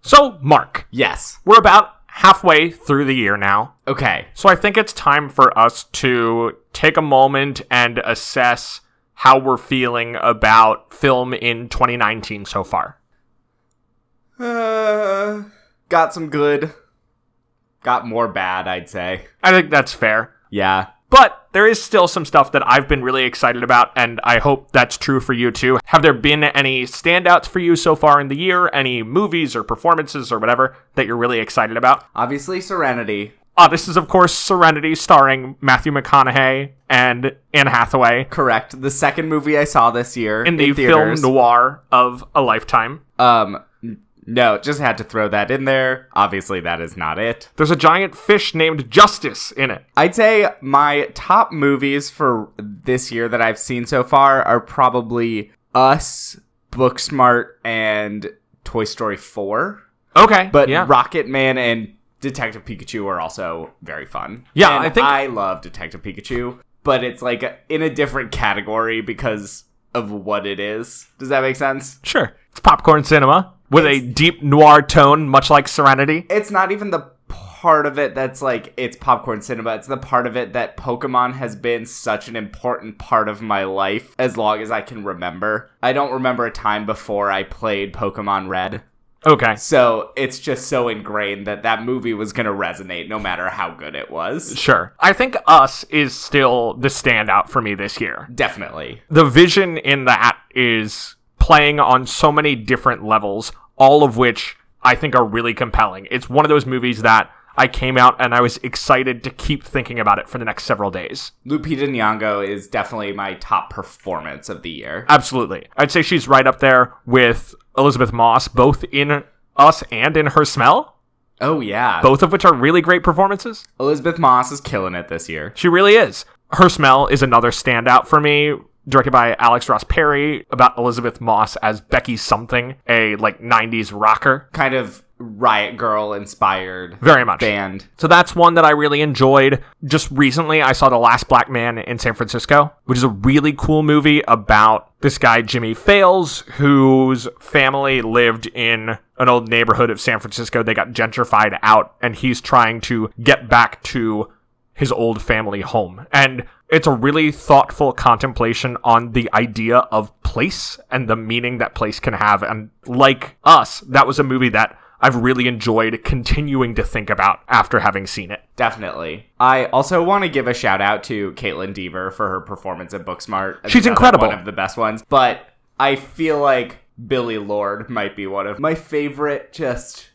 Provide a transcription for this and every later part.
So, Mark, Yes. we're about halfway through the year now. Okay. So I think it's time for us to take a moment and assess how we're feeling about film in 2019 so far. Uh, got some good. Got more bad, I'd say. I think that's fair. Yeah. But there is still some stuff that I've been really excited about, and I hope that's true for you too. Have there been any standouts for you so far in the year? Any movies or performances or whatever that you're really excited about? Obviously, Serenity. Uh, this is, of course, Serenity, starring Matthew McConaughey and Anne Hathaway Correct. The second movie I saw this year in the film theaters. noir of a lifetime. Um, n- no, just had to throw that in there. Obviously, that is not it. There's a giant fish named Justice in it. I'd say my top movies for this year that I've seen so far are probably Us, Booksmart, and Toy Story 4. Okay, But yeah, Rocket Man and Detective Pikachu are also very fun. Yeah, And I think- I love Detective Pikachu, but it's like in a different category because of what it is. Does that make sense? sure. It's popcorn cinema with a deep noir tone, much like Serenity. It's not even the part of it that's like it's popcorn cinema. It's the part of it that Pokemon has been such an important part of my life as long as I can remember. I don't remember a time before I played Pokemon Red. Okay, So it's just so ingrained that that movie was going to resonate no matter how good it was. Sure. I think Us is still the standout for me this year. Definitely. The vision in that is playing on so many different levels, all of which I think are really compelling. It's one of those movies that I came out and I was excited to keep thinking about it for the next several days. Lupita Nyong'o is definitely my top performance of the year. Absolutely. I'd say she's right up there with Elizabeth Moss, both in Us and in Her Smell, Oh yeah. both of which are really great performances. Elizabeth Moss is killing it this year. She really is. Her Smell is another standout for me, directed by Alex Ross Perry, about Elizabeth Moss as Becky something, a like 90s rocker. Kind of Riot Girl inspired Very much. band. So that's one that I really enjoyed. Just recently, I saw The Last Black Man in San Francisco, which is a really cool movie about this guy, Jimmy Fails, whose family lived in an old neighborhood of San Francisco. They got gentrified out, and he's trying to get back to his old family home. And it's a really thoughtful contemplation on the idea of place and the meaning that place can have. And like us, that was a movie that I've really enjoyed continuing to think about after having seen it. Definitely. I also want to give a shout out to Caitlin Deaver for her performance at Booksmart. That's She's another incredible. One of the best ones. But I feel like Billy Lord might be one of my favorite. Just,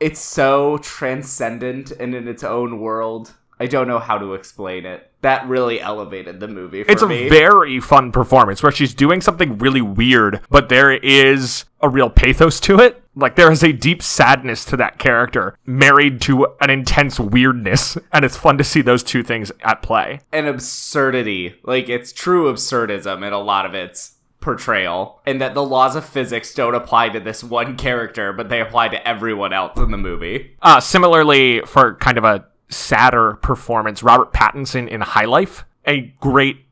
it's so transcendent and in its own world. I don't know how to explain it. That really elevated the movie for It's a me. very fun performance where she's doing something really weird, but there is a real pathos to it. Like there is a deep sadness to that character married to an intense weirdness, and it's fun to see those two things at play. an absurdity. Like it's true absurdism in a lot of its portrayal, and that the laws of physics don't apply to this one character, but they apply to everyone else in the movie. Uh, similarly, for kind of a sadder performance, Robert Pattinson in High Life, a great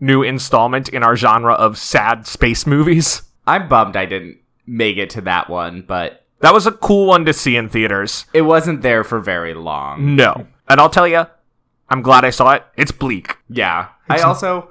new installment in our genre of sad space movies. I'm bummed I didn't make it to that one, but That was a cool one to see in theaters. it wasn't there for very long. No. And I'll tell you, I'm glad I saw it. It's bleak. Yeah. I also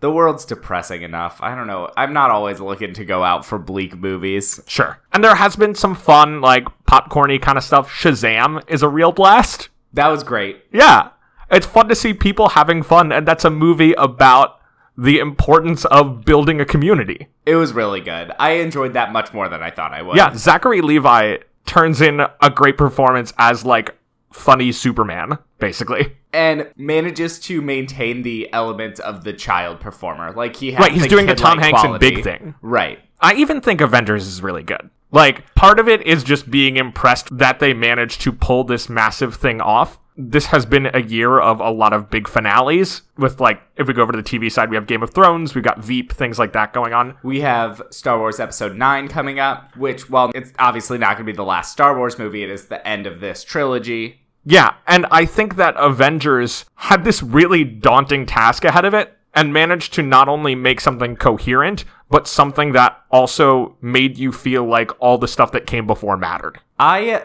the world's depressing enough. I don't know. I'm not always looking to go out for bleak movies. Sure. And there has been some fun, like popcorny kind of stuff. Shazam is a real blast. That was great. Yeah. It's fun to see people having fun, and that's a movie about the importance of building a community. It was really good. I enjoyed that much more than I thought I would. Yeah, Zachary Levi turns in a great performance as like funny Superman, basically. and manages to maintain the element of the child performer. Like he has Right, he's the doing the kid-like Tom Hanks and quality. Big thing. Right. I even think Avengers is really good. Like part of it is just being impressed that they managed to pull this massive thing off. This has been a year of a lot of big finales with like if we go over to the TV side, we have Game of Thrones, we've got Veep, things like that going on. We have Star Wars Episode 9 coming up, which, while it's obviously not going to be the last Star Wars movie, it is the end of this trilogy. Yeah, and I think that Avengers had this really daunting task ahead of it and managed to not only make something coherent, but something that also made you feel like all the stuff that came before mattered. I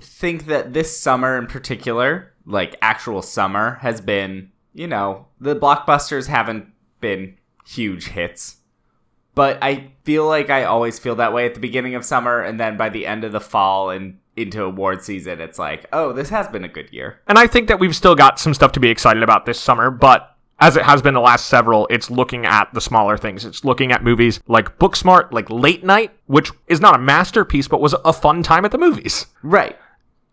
think that this summer in particular, like actual summer, has been, you know, the blockbusters haven't been huge hits. But I feel like I always feel that way at the beginning of summer, and then by the end of the fall and into award season, it's like, oh, this has been a good year. And I think that we've still got some stuff to be excited about this summer, but as it has been the last several, it's looking at the smaller things. It's looking at movies like Booksmart, like Late Night, which is not a masterpiece, but was a fun time at the movies. Right.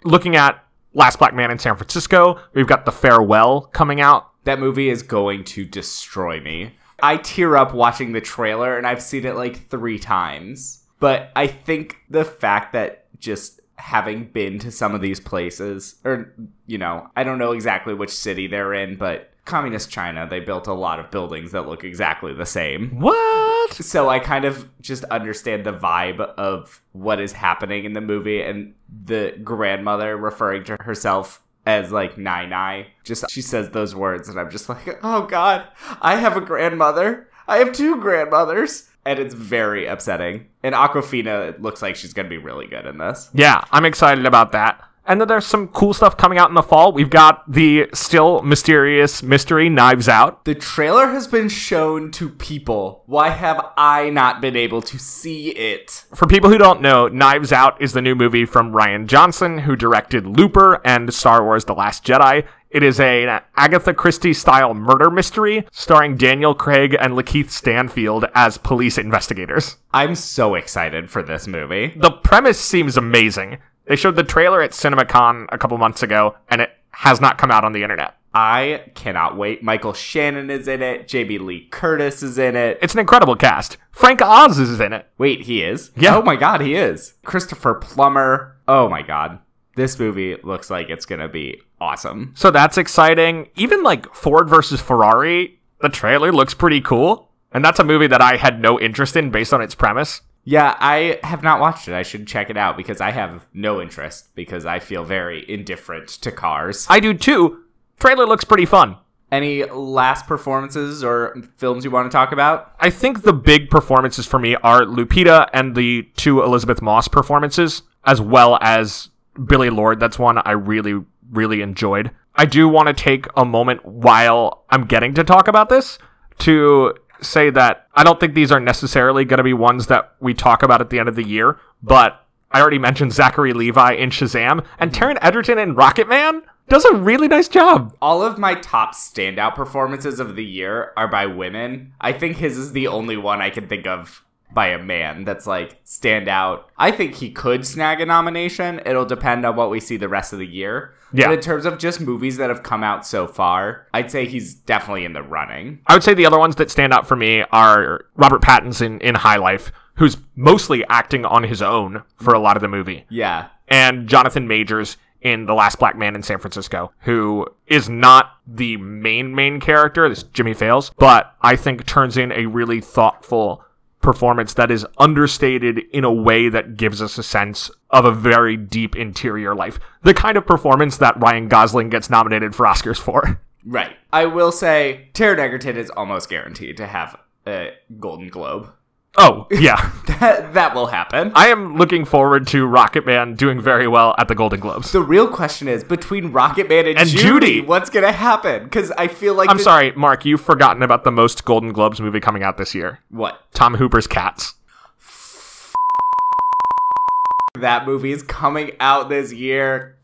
Looking at Last Black Man in San Francisco, we've got The Farewell coming out. That movie is going to destroy me. I tear up watching the trailer, and I've seen it like three times. But I think the fact that just having been to some of these places, or, you know, I don't know exactly which city they're in, but communist China, they built a lot of buildings that look exactly the same. What? So I kind of just understand the vibe of what is happening in the movie and the grandmother referring to herself as like Nai Nai. Just she says those words and I'm just like, "Oh god, I have a grandmother. I have two grandmothers." And it's very upsetting. And Aquafina looks like she's going to be really good in this. Yeah, I'm excited about that. And then there's some cool stuff coming out in the fall. We've got the still mysterious mystery Knives Out. The trailer has been shown to people. Why have I not been able to see it? For people who don't know, Knives Out is the new movie from Ryan Johnson, who directed Looper and Star Wars The Last Jedi. It is an Agatha Christie style murder mystery starring Daniel Craig and Lakeith Stanfield as police investigators. I'm so excited for this movie. The premise seems amazing. They showed the trailer at CinemaCon a couple months ago, and it has not come out on the internet. I cannot wait. Michael Shannon is in it. JB Lee Curtis is in it. It's an incredible cast. Frank Oz is in it. Wait, he is? Yeah. Oh my god, he is. Christopher Plummer. Oh my god. This movie looks like it's going to be awesome. So that's exciting. Even like Ford versus Ferrari, the trailer looks pretty cool. And that's a movie that I had no interest in based on its premise. Yeah, I have not watched it. I should check it out because I have no interest because I feel very indifferent to cars. I do too. Trailer looks pretty fun. Any last performances or films you want to talk about? I think the big performances for me are Lupita and the two Elizabeth Moss performances, as well as Billy Lord. That's one I really, really enjoyed. I do want to take a moment while I'm getting to talk about this to say that I don't think these are necessarily going to be ones that we talk about at the end of the year, but I already mentioned Zachary Levi in Shazam, and Taryn Edgerton in Rocket Man does a really nice job. All of my top standout performances of the year are by women. I think his is the only one I can think of by a man that's like standout. I think he could snag a nomination. It'll depend on what we see the rest of the year. Yeah. But in terms of just movies that have come out so far, I'd say he's definitely in the running. I would say the other ones that stand out for me are Robert Pattinson in High Life, who's mostly acting on his own for a lot of the movie, Yeah. and Jonathan Majors in The Last Black Man in San Francisco, who is not the main main character, this Jimmy Fails, but I think turns in a really thoughtful performance that is understated in a way that gives us a sense of a very deep interior life. The kind of performance that Ryan Gosling gets nominated for Oscars for. Right. I will say Taron Egerton is almost guaranteed to have a Golden Globe. Oh, yeah. That, that will happen. I am looking forward to Rocket Man doing very well at the Golden Globes. the real question is between Rocket Man and, And Judy, Judy. what's going to happen? Because I feel like. I'm the- sorry, Mark, you've forgotten about the most Golden Globes movie coming out this year What? Tom Hooper's Cats. That movie is coming out this year.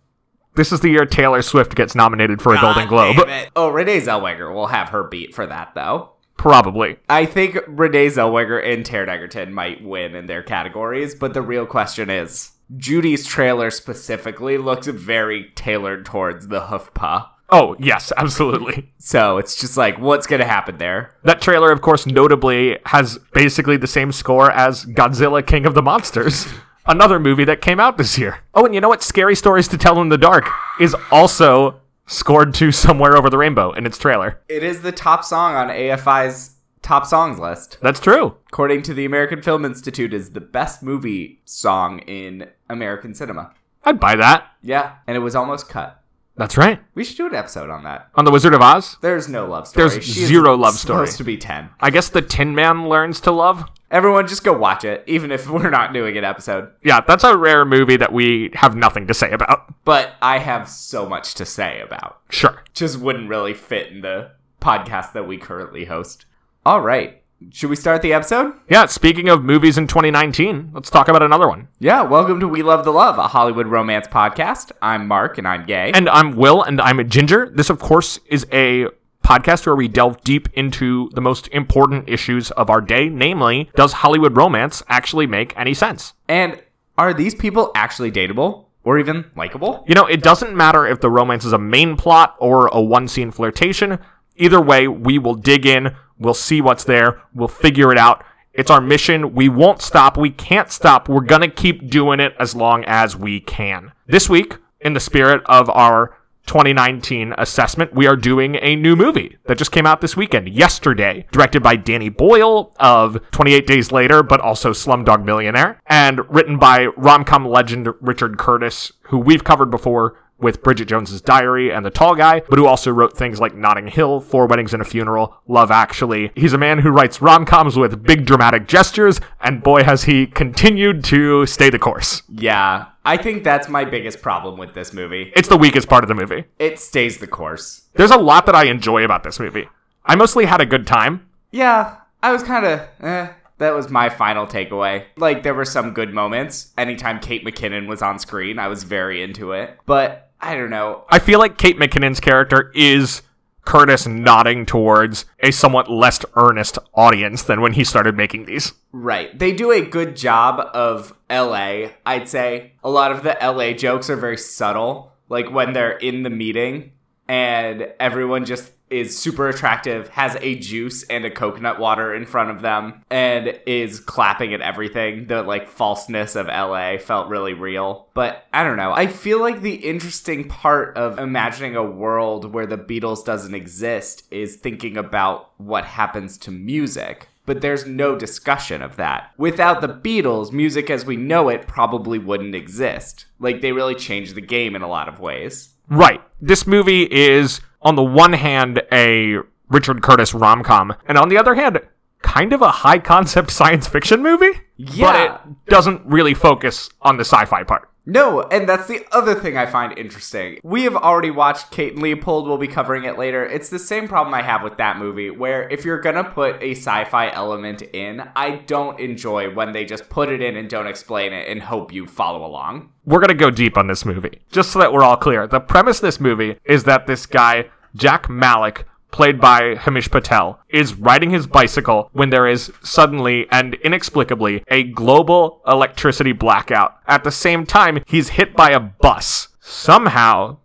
This is the year Taylor Swift gets nominated for a Golden God Globe. damn it. Oh, Renee Zellweger will have her beat for that, though. Probably. I think Renee Zellweger and Taron Egerton might win in their categories, but the real question is Judy's trailer specifically looks very tailored towards the HuffPa. Oh, yes, absolutely. So it's just like, what's going to happen there? That trailer, of course, notably has basically the same score as Godzilla King of the Monsters, another movie that came out this year. Oh, and you know what? Scary Stories to Tell in the Dark is also scored to Somewhere Over the Rainbow in its trailer. It is the top song on AFI's top songs list. That's true. According to the American Film Institute, is the best movie song in American cinema. I'd buy that. Yeah, and it was almost cut. That's right. We should do an episode on that. On The Wizard of Oz? There's no love story. There's zero love story. Supposed to be ten. I guess the Tin Man learns to love. Everyone, just go watch it, even if we're not doing an episode. Yeah, that's a rare movie that we have nothing to say about. But I have so much to say about. Sure. Just wouldn't really fit in the podcast that we currently host. All right, should we start the episode? Yeah, speaking of movies in 2019, let's talk about another one. Yeah. Welcome to We Love the Love, a Hollywood romance podcast. I'm Mark, and I'm gay. And I'm Will, and I'm a Ginger. This, of course, is a podcast where we delve deep into the most important issues of our day, namely, does Hollywood romance actually make any sense? and are these people actually dateable or even likable? You know, it doesn't matter if the romance is a main plot or a one scene flirtation. Either way, we will dig in, we'll see what's there, we'll figure it out. It's our mission. We won't stop. We can't stop. We're going to keep doing it as long as we can. This week, in the spirit of our 2019 assessment, we are doing a new movie that just came out this weekend, yesterday, directed by Danny Boyle of 28 Days Later, but also Slumdog Millionaire, and written by rom com legend Richard Curtis, who we've covered before with Bridget Jones's Diary and The Tall Guy, but who also wrote things like Notting Hill, Four Weddings and a Funeral, Love Actually. He's a man who writes rom coms with big dramatic gestures, and boy, has he continued to stay the course. Yeah, I think that's my biggest problem with this movie. It's the weakest part of the movie. It stays the course. There's a lot that I enjoy about this movie. I mostly had a good time. Yeah, I was kind of. Eh, that was my final takeaway. Like, there were some good moments. Anytime Kate McKinnon was on screen, I was very into it. But I don't know. I feel like Kate McKinnon's character is Curtis nodding towards a somewhat less earnest audience than when he started making these. Right. They do a good job of LA, I'd say. A lot of the LA jokes are very subtle, like when they're in the meeting and everyone just is super attractive, has a juice and a coconut water in front of them, and is clapping at everything. The like falseness of LA felt really real. But I don't know. I feel like the interesting part of imagining a world where the Beatles doesn't exist is thinking about what happens to music but there's no discussion of that. Without the Beatles, music as we know it probably wouldn't exist. Like, they really changed the game in a lot of ways. Right. This movie is, on the one hand, a Richard Curtis rom com, and on the other hand, kind of a high concept science fiction movie. Yeah. But it doesn't really focus on the sci fi part. No, and that's the other thing I find interesting. We have already watched Kate and Leopold, we'll be covering it later. It's the same problem I have with that movie, where if you're gonna put a sci fi element in, I don't enjoy when they just put it in and don't explain it and hope you follow along. we're going to go deep on this movie, just so that we're all clear. The premise of this movie is that this guy, Jack Malik, played by Hamish Patel, is riding his bicycle when there is suddenly and inexplicably a global electricity blackout. At the same time, he's hit by a bus. Somehow,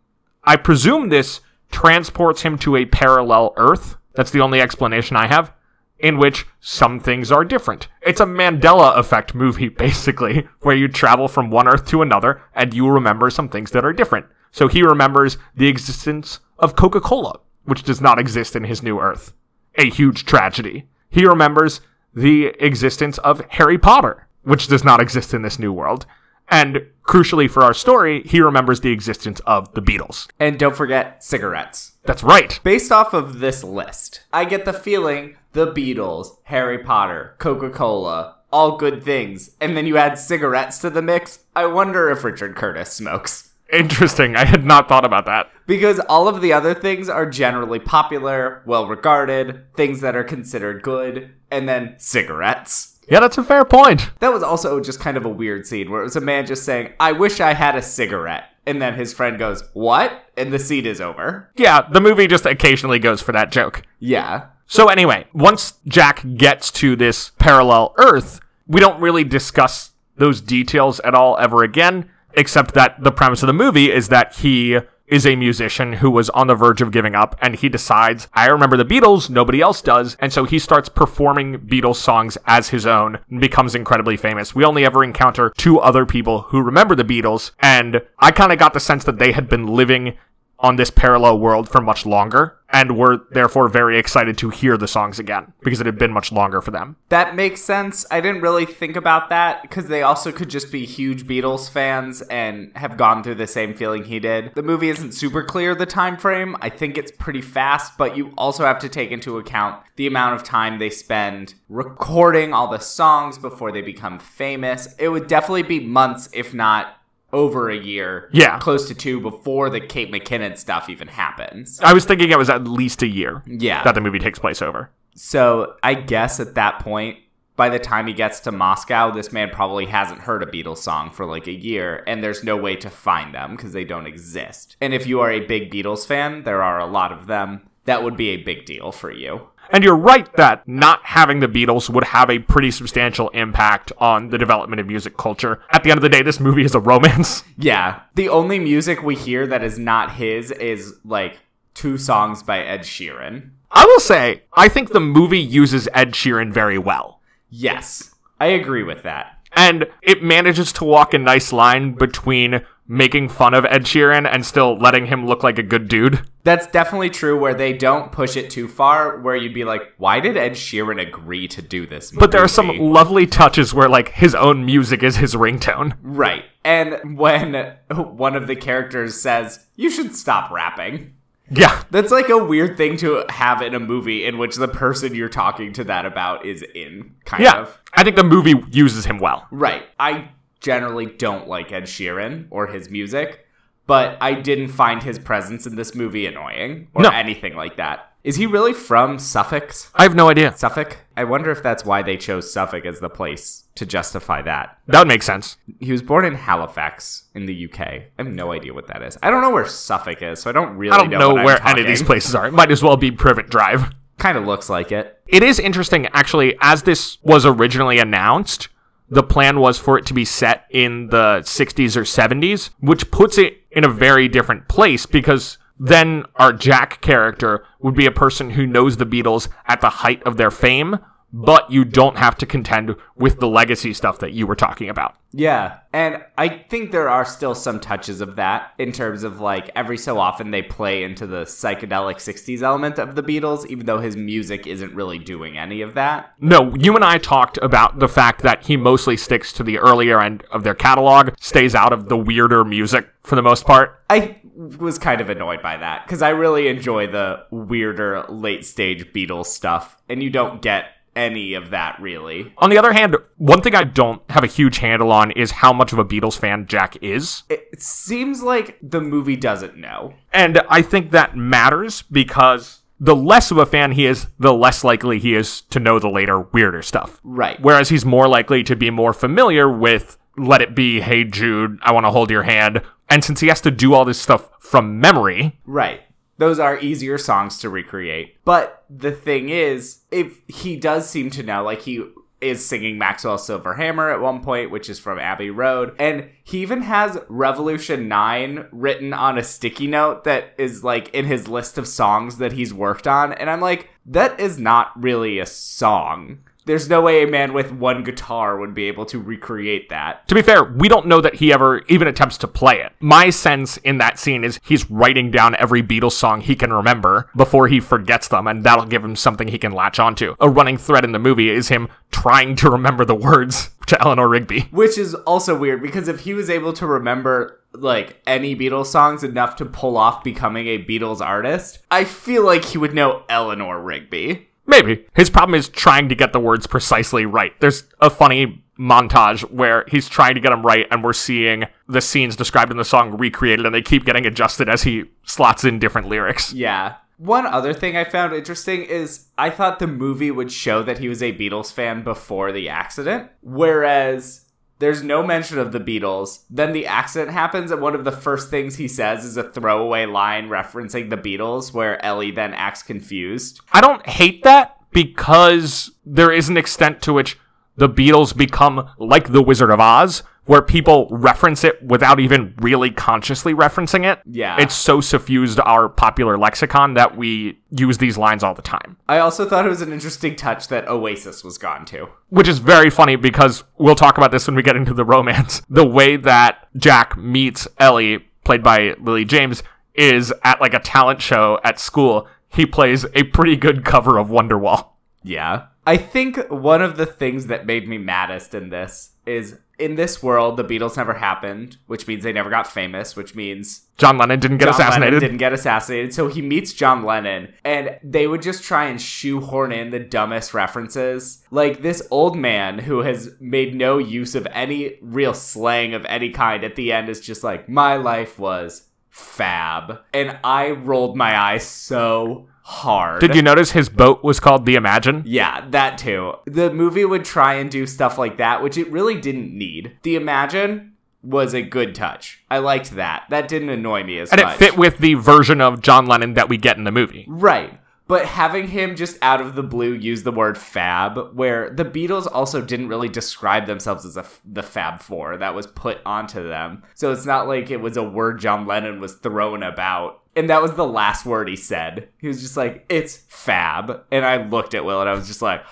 I presume this transports him to a parallel Earth. That's the only explanation I have. In which some things are different. It's a Mandela effect movie, basically, where you travel from one Earth to another and you remember some things that are different. So he remembers the existence of Coca Cola, which does not exist in his new Earth. A huge tragedy. He remembers the existence of Harry Potter, which does not exist in this new world. And crucially for our story, he remembers the existence of the Beatles. And don't forget cigarettes. That's right. Based off of this list, I get the feeling the Beatles, Harry Potter, Coca Cola, all good things, and then you add cigarettes to the mix. I wonder if Richard Curtis smokes. Interesting. I had not thought about that. Because all of the other things are generally popular, well regarded, things that are considered good, and then cigarettes. Yeah, that's a fair point. That was also just kind of a weird scene where it was a man just saying, I wish I had a cigarette. And then his friend goes, What? And the scene is over. Yeah, the movie just occasionally goes for that joke. Yeah. So anyway, once Jack gets to this parallel Earth, we don't really discuss those details at all ever again, except that the premise of the movie is that he is a musician who was on the verge of giving up and he decides, I remember the Beatles, nobody else does, and so he starts performing Beatles songs as his own and becomes incredibly famous. We only ever encounter two other people who remember the Beatles, and I kind of got the sense that they had been living on this parallel world for much longer and were therefore very excited to hear the songs again because it had been much longer for them. That makes sense. I didn't really think about that because they also could just be huge Beatles fans and have gone through the same feeling he did. The movie isn't super clear the time frame. I think it's pretty fast, but you also have to take into account the amount of time they spend recording all the songs before they become famous. It would definitely be months if not over a year, Yeah. close to two before the Kate McKinnon stuff even happens. I was thinking it was at least a year Yeah. that the movie takes place over. So I guess at that point, by the time he gets to Moscow, this man probably hasn't heard a Beatles song for like a year, and there's no way to find them because they don't exist. And if you are a big Beatles fan, there are a lot of them. That would be a big deal for you. And you're right that not having the Beatles would have a pretty substantial impact on the development of music culture. At the end of the day, this movie is a romance. Yeah. The only music we hear that is not his is like two songs by Ed Sheeran. I will say, I think the movie uses Ed Sheeran very well. Yes, I agree with that. And it manages to walk a nice line between making fun of Ed Sheeran and still letting him look like a good dude. That's definitely true where they don't push it too far, where you'd be like, why did Ed Sheeran agree to do this? But there are some movie?" lovely touches where, like, his own music is his ringtone. Right. And when one of the characters says, you should stop rapping. Yeah. That's like a weird thing to have in a movie in which the person you're talking to that about is in, kind Yeah. of. I think the movie uses him well. Right. I generally don't like Ed Sheeran or his music, but I didn't find his presence in this movie annoying or No. anything like that. Is he really from Suffolk? I have no idea. Suffolk? I wonder if that's why they chose Suffolk as the place to justify that. That would make sense. He was born in Halifax in the UK. I have no idea what that is. I don't know where Suffolk is, so I don't really I don't know what I'm where any of these talking. places are. It might as well be Privet Drive. Kind of looks like it. It is interesting, actually, as this was originally announced, the plan was for it to be set in the 60s or 70s, which puts it in a very different place because then our Jack character would be a person who knows the Beatles at the height of their fame, but you don't have to contend with the legacy stuff that you were talking about. Yeah. And I think there are still some touches of that in terms of like every so often they play into the psychedelic 60s element of the Beatles, even though his music isn't really doing any of that. No, you and I talked about the fact that he mostly sticks to the earlier end of their catalog, stays out of the weirder music for the most part. I was kind of annoyed by that because I really enjoy the weirder late stage Beatles stuff, and you don't get any of that really. On the other hand, one thing I don't have a huge handle on is how much of a Beatles fan Jack is. It seems like the movie doesn't know. And I think that matters because the less of a fan he is, the less likely he is to know the later, weirder stuff. Right. Whereas he's more likely to be more familiar with Let It Be, Hey Jude, I Want to Hold Your Hand. And since he has to do all this stuff from memory, Right. Those are easier songs to recreate. But the thing is, if he does seem to know, like he is singing Maxwell Silverhammer at one point, which is from Abbey Road, and he even has Revolution 9 written on a sticky note that is like in his list of songs that he's worked on. And I'm like, that is not really a song. There's no way a man with one guitar would be able to recreate that. To be fair, we don't know that he ever even attempts to play it. My sense in that scene is he's writing down every Beatles song he can remember before he forgets them, and that'll give him something he can latch onto. A running thread in the movie is him trying to remember the words to Eleanor Rigby. Which is also weird because if he was able to remember like any Beatles songs enough to pull off becoming a Beatles artist, I feel like he would know Eleanor Rigby. Maybe. His problem is trying to get the words precisely right. There's a funny montage where he's trying to get them right, and we're seeing the scenes described in the song recreated, and they keep getting adjusted as he slots in different lyrics. Yeah. One other thing I found interesting is I thought the movie would show that he was a Beatles fan before the accident, whereas there's no mention of the Beatles. Then the accident happens, and one of the first things he says is a throwaway line referencing the Beatles, where Ellie then acts confused. I don't hate that because there is an extent to which the Beatles become like the Wizard of Oz, where people reference it without even really consciously referencing it. Yeah. It's so suffused our popular lexicon that we use these lines all the time. I also thought it was an interesting touch that Oasis was gone to. Which is very funny because we'll talk about this when we get into the romance. The way that Jack meets Ellie, played by Lily James, is at like a talent show at school, he plays a pretty good cover of Wonderwall. Yeah. I think one of the things that made me maddest in this is in this world, the Beatles never happened, which means they never got famous, which means John Lennon didn't get John assassinated. Lennon didn't get assassinated. So he meets John Lennon, and they would just try and shoehorn in the dumbest references. Like this old man who has made no use of any real slang of any kind at the end is just like, My life was fab. And I rolled my eyes so hard. Did you notice his boat was called the Imagine? Yeah, that too. The movie would try and do stuff like that, which it really didn't need. The Imagine was a good touch. I liked that. That didn't annoy me as And it much. fit with the version of John Lennon that we get in the movie. Right. But having him just out of the blue use the word fab, where the Beatles also didn't really describe themselves as a f- the Fab Four that was put onto them. So it's not like it was a word John Lennon was thrown about. And that was the last word he said. He was just like, it's fab. And I looked at Will and I was just like,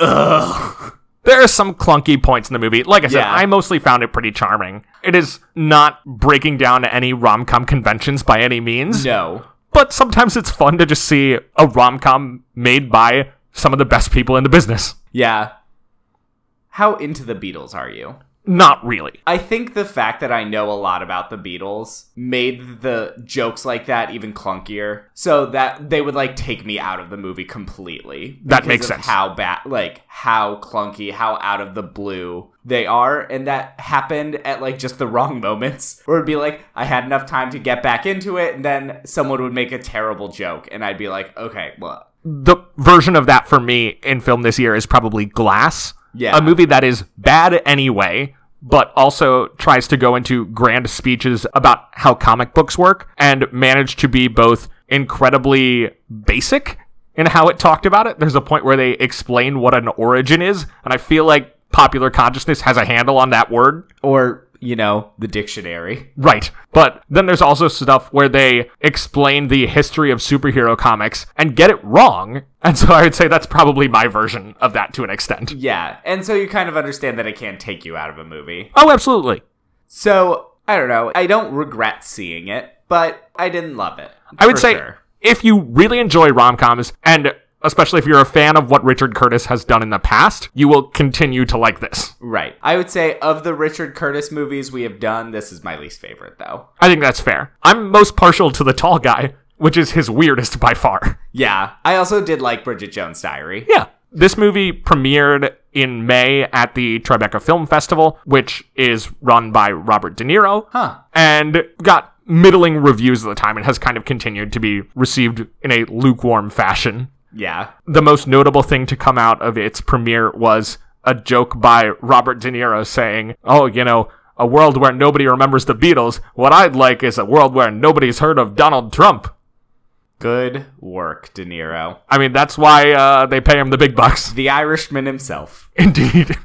ugh. There are some clunky points in the movie. Like I said, Yeah. I mostly found it pretty charming. It is not breaking down any rom com conventions by any means, No. but sometimes it's fun to just see a rom com made by some of the best people in the business. Yeah. How into the Beatles are you? Not really. I think the fact that I know a lot about the Beatles made the jokes like that even clunkier. So that they would like take me out of the movie completely. That because makes of sense. How bad, like how clunky, how out of the blue they are, and that happened at like just the wrong moments. Where it'd be like I had enough time to get back into it, and then someone would make a terrible joke, and I'd be like, okay, well, the version of that for me in film this year is probably Glass. Yeah. A movie that is bad anyway, but also tries to go into grand speeches about how comic books work and managed to be both incredibly basic in how it talked about it. There's a point where they explain what an origin is, and I feel like popular consciousness has a handle on that word. or you know, the dictionary. Right. But then there's also stuff where they explain the history of superhero comics and get it wrong. And so I would say that's probably my version of that to an extent. Yeah, and so you kind of understand that it can take you out of a movie. Oh, absolutely. So I don't know. I don't regret seeing it, but I didn't love it. I would for say sure. if you really enjoy rom coms, and especially if you're a fan of what Richard Curtis has done in the past, you will continue to like this. right. I would say of the Richard Curtis movies we have done, this is my least favorite though. I think that's fair. I'm most partial to the tall guy, which is his weirdest by far. Yeah, I also did like Bridget Jones' Diary. Yeah. This movie premiered in May at the Tribeca Film Festival, which is run by Robert De Niro. Huh. And got middling reviews at the time and has kind of continued to be received in a lukewarm fashion. Yeah. The most notable thing to come out of its premiere was a joke by Robert De Niro saying, Oh, you know, a world where nobody remembers the Beatles. What I'd like is a world where nobody's heard of Donald Trump. Good work, De Niro. I mean, that's why uh, they pay him the big bucks. The Irishman himself. Indeed.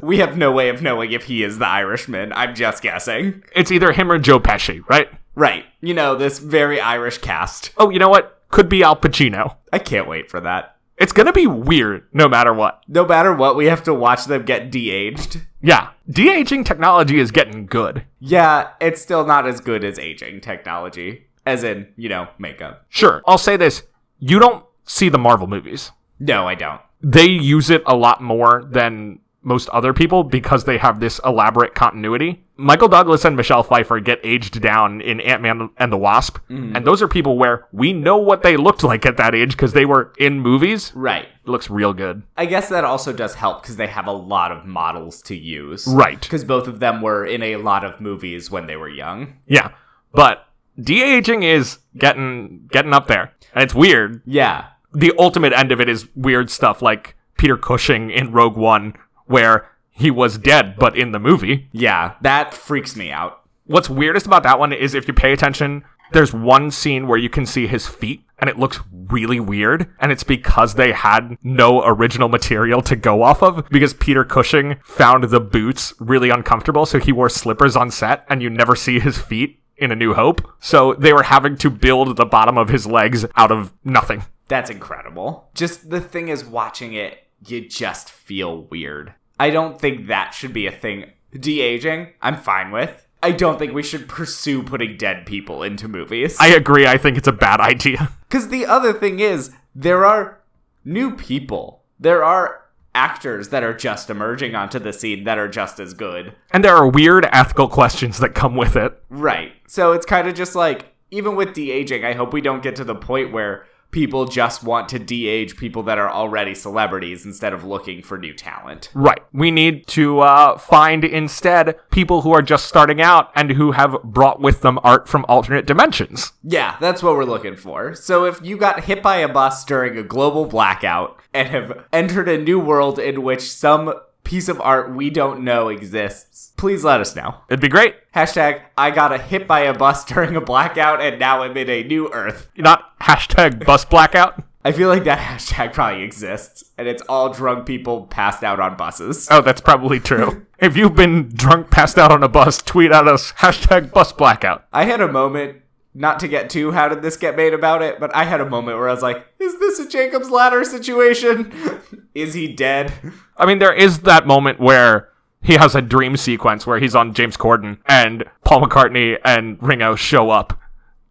We have no way of knowing if he is the Irishman. I'm just guessing. it's either him or Joe Pesci, right? Right. You know, this very Irish cast. Oh, you know what? Could be Al Pacino. I can't wait for that. It's gonna be weird, no matter what. No matter what, we have to watch them get de aged. Yeah, de aging technology is getting good. Yeah, it's still not as good as aging technology, as in, you know, makeup. Sure, I'll say this: you don't see the Marvel movies. No, I don't. They use it a lot more than most other people because they have this elaborate continuity. Michael Douglas and Michelle Pfeiffer get aged down in Ant Man and the Wasp, and those are people where we know what they looked like at that age because they were in movies. Right. It looks real good. I guess that also does help because they have a lot of models to use. Right. Because both of them were in a lot of movies when they were young. Yeah, but de aging is getting getting up there, and it's weird. Yeah. The ultimate end of it is weird stuff like Peter Cushing in Rogue One, where he was dead but in the movie. Yeah. That freaks me out. What's weirdest about that one is if you pay attention, there's one scene where you can see his feet, and it looks really weird, and it's because they had no original material to go off of because Peter Cushing found the boots really uncomfortable, so he wore slippers on set, and you never see his feet in A New Hope. So they were having to build the bottom of his legs out of nothing. That's incredible. Just the thing is, watching it, you just feel weird. I don't think that should be a thing. De aging, I'm fine with. I don't think we should pursue putting dead people into movies. I agree. I think it's a bad idea. Because the other thing is, there are new people. There are actors that are just emerging onto the scene that are just as good. And there are weird ethical questions that come with it. Right. So it's kind of just like, even with de aging, I hope we don't get to the point where people just want to de age people that are already celebrities instead of looking for new talent. Right. We need to uh, find instead people who are just starting out and who have brought with them art from alternate dimensions. Yeah, that's what we're looking for. So if you got hit by a bus during a global blackout and have entered a new world in which some piece of art we don't know exists, please let us know. It'd be great. Hashtag I got a hit by a bus during a blackout and now I'm in a new earth. Not hashtag bus blackout. I feel like that hashtag probably exists, and it's all drunk people passed out on buses. Oh, that's probably true. if you've been drunk, passed out on a bus, tweet at us hashtag bus blackout. I had a moment, not to get too how did this get made about it, but I had a moment where I was like, is this a Jacob's Ladder situation? is he dead? I mean, there is that moment where he has a dream sequence where he's on James Corden and Paul McCartney and Ringo show up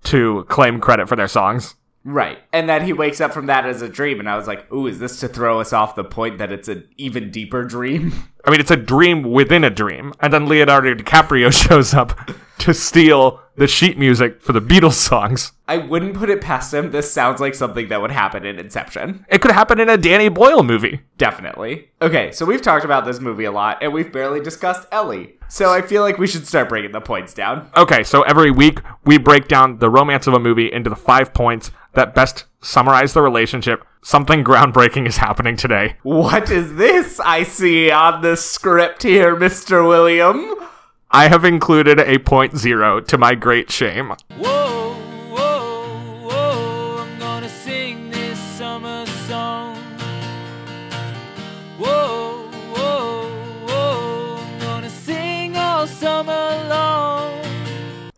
to claim credit for their songs. Right. And then he wakes up from that as a dream, and I was like, ooh, is this to throw us off the point that it's an even deeper dream? I mean, it's a dream within a dream. And then Leonardo DiCaprio shows up to steal the sheet music for the Beatles songs. I wouldn't put it past him. This sounds like something that would happen in Inception. It could happen in a Danny Boyle movie. Definitely. Okay, so we've talked about this movie a lot, and we've barely discussed Ellie. So I feel like we should start breaking the points down. Okay, so every week we break down the romance of a movie into the five points that best summarize the relationship. Something groundbreaking is happening today. What is this I see on the script here, Mr. William? I have included a point zero to my great shame. Whoa, whoa, whoa, I'm gonna sing this summer song. Whoa, whoa, whoa, I'm gonna sing all summer long.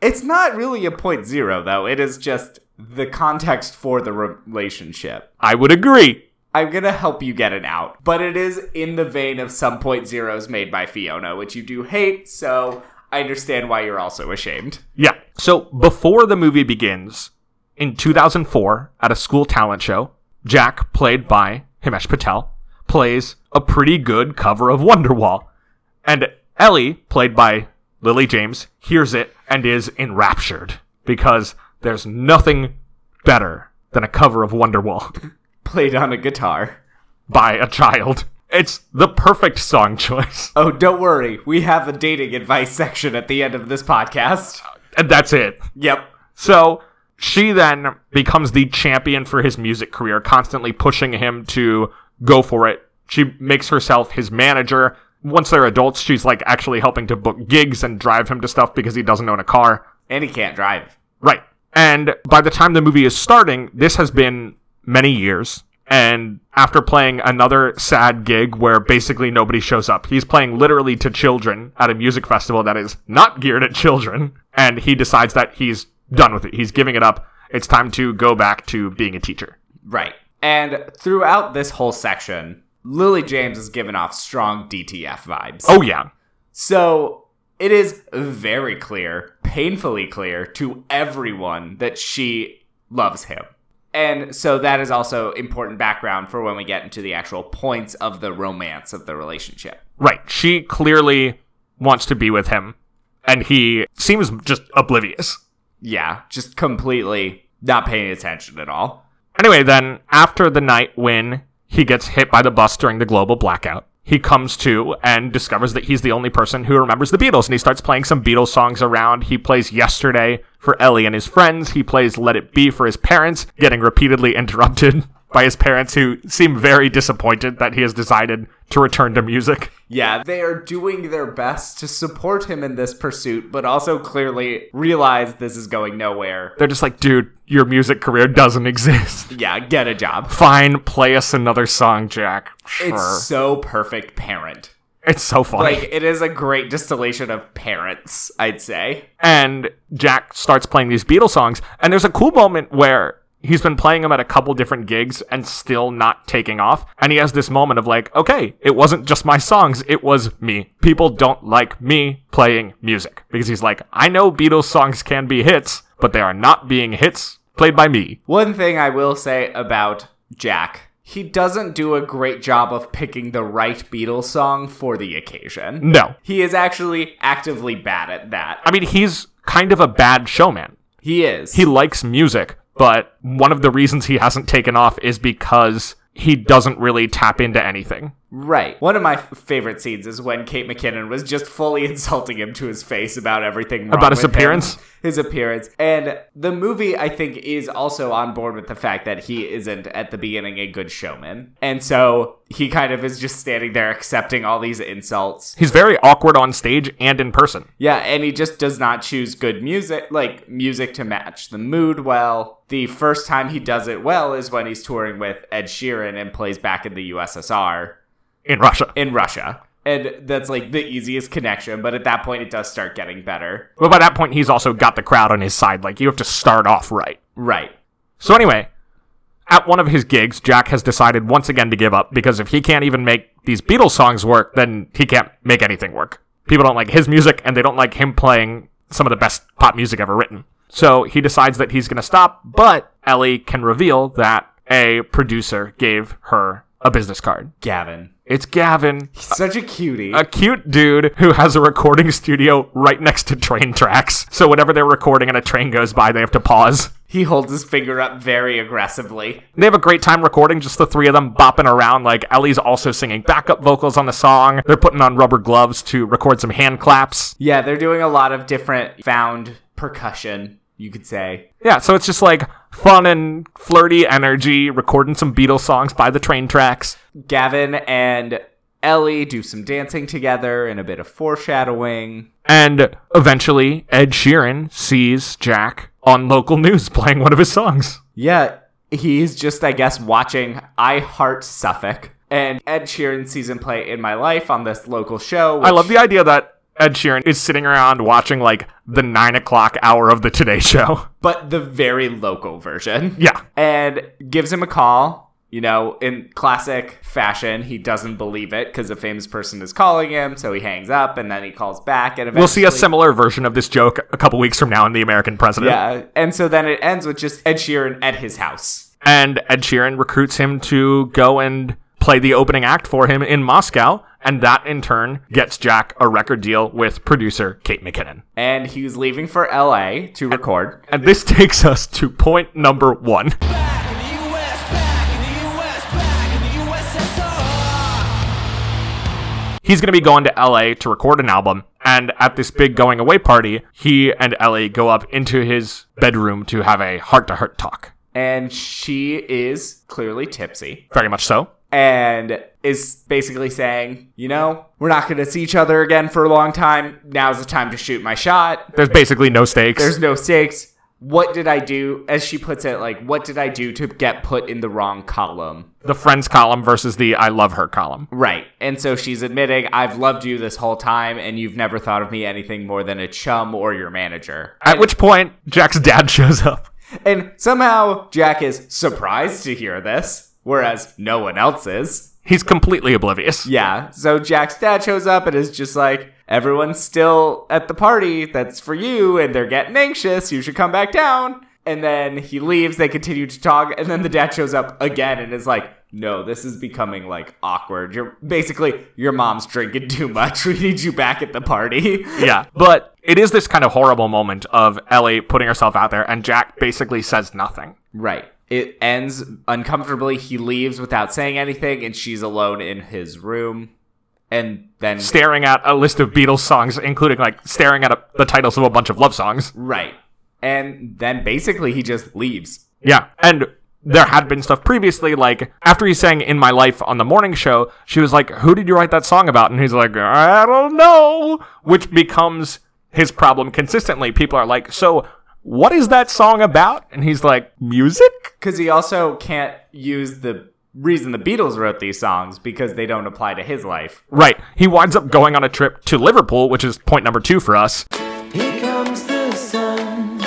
It's not really a point zero, though. It is just the context for the relationship. I would agree. I'm gonna help you get it out, but it is in the vein of some point zeros made by Fiona, which you do hate, so I understand why you're also ashamed. Yeah. So before the movie begins, in 2004, at a school talent show, Jack, played by Himesh Patel, plays a pretty good cover of Wonderwall. And Ellie, played by Lily James, hears it and is enraptured because there's nothing better than a cover of Wonderwall Played on a guitar. by a child. It's the perfect song choice. Oh, don't worry, we have a dating advice section at the end of this podcast. And that's it. Yep. So she then becomes the champion for his music career, constantly pushing him to go for it. She makes herself his manager. Once they're adults, she's like actually helping to book gigs and drive him to stuff because he doesn't own a car. And he can't drive. Right. And by the time the movie is starting, this has been many years. And after playing another sad gig where basically nobody shows up, he's playing literally to children at a music festival that is not geared at children. And he decides that he's done with it. He's giving it up. It's time to go back to being a teacher. Right. And throughout this whole section, Lily James is giving off strong DTF vibes. Oh, yeah. So it is very clear, painfully clear to everyone that she loves him. And so that is also important background for when we get into the actual points of the romance of the relationship. Right. She clearly wants to be with him. And he seems just oblivious. Yeah, just completely not paying attention at all. Anyway, then after the night when he gets hit by the bus during the global blackout, he comes to and discovers that he's the only person who remembers the Beatles, and he starts playing some Beatles songs around. He plays Yesterday for Ellie and his friends. He plays Let It Be for his parents, getting repeatedly interrupted by his parents, who seem very disappointed that he has decided to return to music. Yeah, they are doing their best to support him in this pursuit, but also clearly realize this is going nowhere. They're just like, dude, your music career doesn't exist. Yeah, get a job. Fine, play us another song, Jack. Sure. It's It's, so perfect parent. so funny. like it is a great distillation of parents i'd say and Jack starts playing these Beatles songs. And there's a cool moment where He's been playing him at a couple different gigs and still not taking off. And he has this moment of like, okay, it wasn't just my songs, it was me. People don't like me playing music. Because he's like, I know Beatles songs can be hits, but they are not being hits played by me. One thing I will say about Jack, he doesn't do a great job of picking the right Beatles song for the occasion. No. He is actually actively bad at that. I mean, he's kind of a bad showman. He is. he likes music, but one of the reasons he hasn't taken off is because he doesn't really tap into anything. right. One of my f- favorite scenes is when Kate McKinnon was just fully insulting him to his face about everything wrong About his with him. appearance? his appearance. And the movie I think is also on board with the fact that he isn't at the beginning a good showman. And so he kind of is just standing there accepting all these insults. He's very awkward on stage and in person. Yeah, and he just does not choose good music, like music to match the mood well. The first time he does it well is when he's touring with Ed Sheeran and plays back in the USSR In Russia. in Russia. And that's like the easiest connection, but at that point it does start getting better. But by that point, he's also got the crowd on his side. Like, you have to start off right. Right. So, anyway, at one of his gigs, Jack has decided once again to give up because if he can't even make these Beatles songs work, then he can't make anything work. People don't like his music and they don't like him playing some of the best pop music ever written. So, he decides that he's going to stop, but Ellie can reveal that a producer gave her a business card. Gavin. It's Gavin, He's such a cutie. a cute dude who has a recording studio right next to train tracks. So, whenever they're recording and a train goes by, they have to pause. he holds his finger up very aggressively. They have a great time recording, just the three of them bopping around. Like, Ellie's also singing backup vocals on the song. They're putting on rubber gloves to record some hand claps. Yeah, they're doing a lot of different found percussion, you could say. Yeah, so it's just like fun and flirty energy, recording some Beatles songs by the train tracks. Gavin and Ellie do some dancing together and a bit of foreshadowing. And eventually, Ed Sheeran sees Jack on local news playing one of his songs. Yeah, he's just, I guess, watching I Heart Suffolk. And Ed Sheeran sees him play In My Life on this local show. I love the idea that Ed Sheeran is sitting around watching like the nine o'clock hour of the Today Show. But the very local version. Yeah. And gives him a call. You know, in classic fashion, he doesn't believe it because a famous person is calling him, so he hangs up and then he calls back. And eventually, We'll see a similar version of this joke a couple weeks from now in The American President. Yeah, and so then it ends with just Ed Sheeran at his house. and Ed Sheeran recruits him to go and play the opening act for him in Moscow, and that in turn gets Jack a record deal with producer Kate McKinnon. And he's leaving for LA to record. And this takes us to point number one. Back in the US, back in the US, back in the USSR. He's going to be going to LA to record an album, and at this big going away party, he and Ellie go up into his bedroom to have a heart to heart talk. And she is clearly tipsy Very much so. and is basically saying, you know, we're not going to see each other again for a long time. Now's the time to shoot my shot. There's basically no stakes. There's no stakes. What did I do? As she puts it, like, what did I do to get put in the wrong column? the friends column versus the I love her column. Right. And so she's admitting, I've loved you this whole time, and you've never thought of me anything more than a chum or your manager. At which point, Jack's dad shows up. And somehow Jack is surprised to hear this, whereas no one else is. He's completely oblivious. Yeah, so Jack's dad shows up and is just like, everyone's still at the party that's for you, and they're getting anxious. You should come back down. And then he leaves, they continue to talk, and then the dad shows up again and is like, no, this is becoming like awkward. You're basically your mom's drinking too much. We need you back at the party. yeah. But it is this kind of horrible moment of Ellie putting herself out there, and Jack basically says nothing. Right. It ends uncomfortably. He leaves without saying anything, and she's alone in his room. And then, Staring at a list of Beatles songs, including like staring at a, the titles of a bunch of love songs. right. And then basically he just leaves. Yeah. And there had been stuff previously, like after he sang In My Life on the morning show, she was like, Who did you write that song about? And he's like, I don't know. Which becomes his problem consistently. People are like, So what is that song about? And he's like, Music? Because he also can't use the reason the Beatles wrote these songs because they don't apply to his life. Right. He winds up going on a trip to Liverpool, which is point number two for us. Here comes the sun.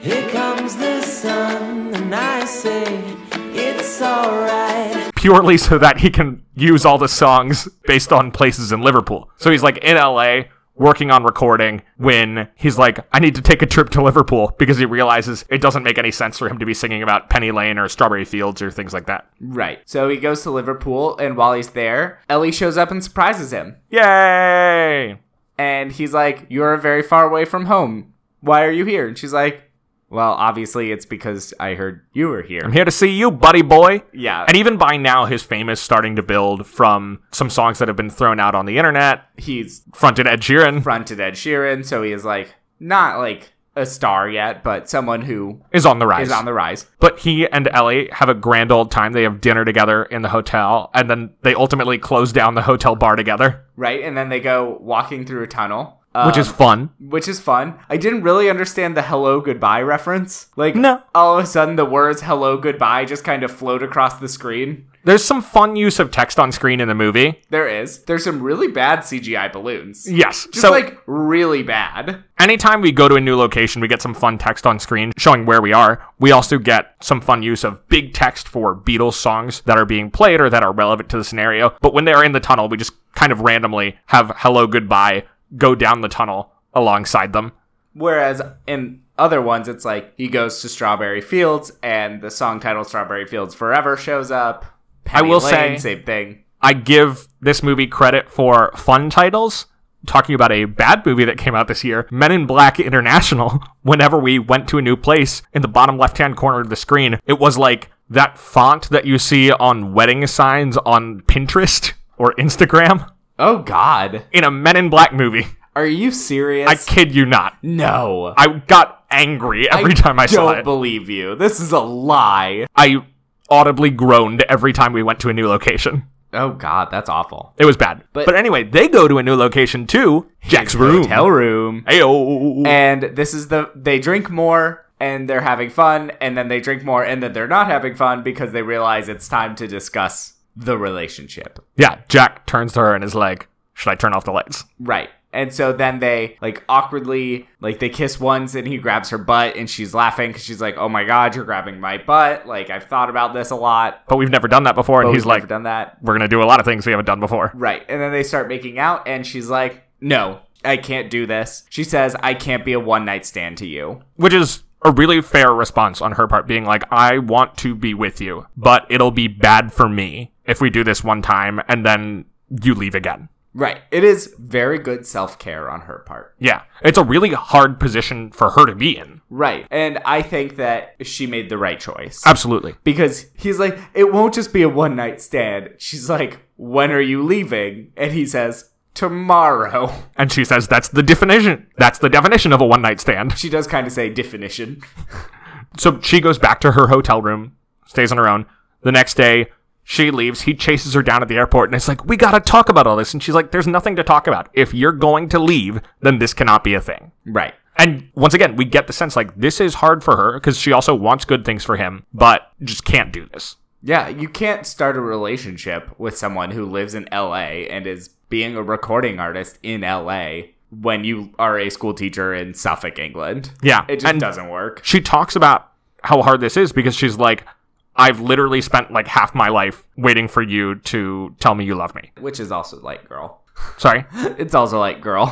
Here comes comes the sun, and I say, It's alright. purely so that he can use all the songs based on places in Liverpool. So he's like in LA working on recording when he's like, I need to take a trip to Liverpool because he realizes it doesn't make any sense for him to be singing about Penny Lane or Strawberry Fields or things like that. Right. So he goes to Liverpool, and while he's there, Ellie shows up and surprises him. Yay! And he's like, You're very far away from home. Why are you here? And she's like, Well, obviously it's because I heard you were I'm here. here to see you, buddy boy. Yeah. And even by now, his fame is starting to build from some songs that have been thrown out on the internet, He's fronted Ed Sheeran, fronted Ed Sheeran, so he is like, not like a star yet, but someone who is on the rise. is on the rise. But he and Ellie have a grand old time. They have dinner together in the hotel, and then they ultimately close down the hotel bar together, Right. And then they go walking through a tunnel. which um, is fun. which is fun. I didn't really understand the hello goodbye reference. Like, No. all of a sudden the words hello goodbye just kind of float across the screen. There's some fun use of text on screen in the movie. There is. There's some really bad CGI balloons. Yes. Just so like really bad. anytime we go to a new location, we get some fun text on screen showing where we are. We also get some fun use of big text for Beatles songs that are being played or that are relevant to the scenario. But when they're in the tunnel, we just kind of randomly have hello, goodbye, go down the tunnel alongside them. Whereas in other ones, it's like he goes to Strawberry Fields and the song title Strawberry Fields Forever shows up. Penny will say- Lane, Same thing. I give this movie credit for fun titles. Talking about a bad movie that came out this year, Men in Black International. Whenever we went to a new place, in the bottom left hand corner of the screen, it was like that font that you see on wedding signs on Pinterest or Instagram Oh, God. in a Men in Black movie. Are you serious? I kid you not. no. I got angry every time I saw don't it. believe you. This is a lie. I audibly groaned every time we went to a new location. Oh, God. That's awful. It was bad. But- But, anyway, they go to a new location too. Jack's room. Hotel room. oh, Ayo. And this is the. They drink more and they're having fun, and then they drink more and then they're not having fun because they realize it's time to discuss the relationship. Yeah, Jack turns to her and is like, "Should I turn off the lights?" Right. And so then they like awkwardly like they kiss once and he grabs her butt and she's laughing because she's like, "Oh my god, you're grabbing my butt!" Like I've thought about this a lot. But we've never done that before, and But he's we've like, never done that, "We're gonna do a lot of things we haven't done before." right?" And then they start making out and she's like, "No, I can't do this." She says, "I can't be a one night stand to you." Which is a really fair response on her part, being like, "I want to be with you, but it'll be bad for me if we do this one time and then you leave again." Right. It is very good self care on her part. Yeah, it's a really hard position for her to be in. Right. And I think that she made the right choice. Absolutely. because he's like, it won't just be a one night stand. She's like, when are you leaving? And he says, tomorrow. And she says, "That's the definition. That's the definition of a one night stand." She does kind of say definition. So she goes back to her hotel room, stays on her own. The next day, she leaves. He chases her down at the airport and it's like, We gotta talk about all this. And she's like, There's nothing to talk about. If you're going to leave, then this cannot be a thing. Right. And once again, we get the sense like this is hard for her because she also wants good things for him, but just can't do this. Yeah, you can't start a relationship with someone who lives in LA and is being a recording artist in LA when you are a school teacher in Suffolk, England. Yeah, It just and- doesn't work. She talks about how hard this is because she's like, I've literally spent like half my life waiting for you to tell me you love me. Which is also like, girl. Sorry. It's also like, girl,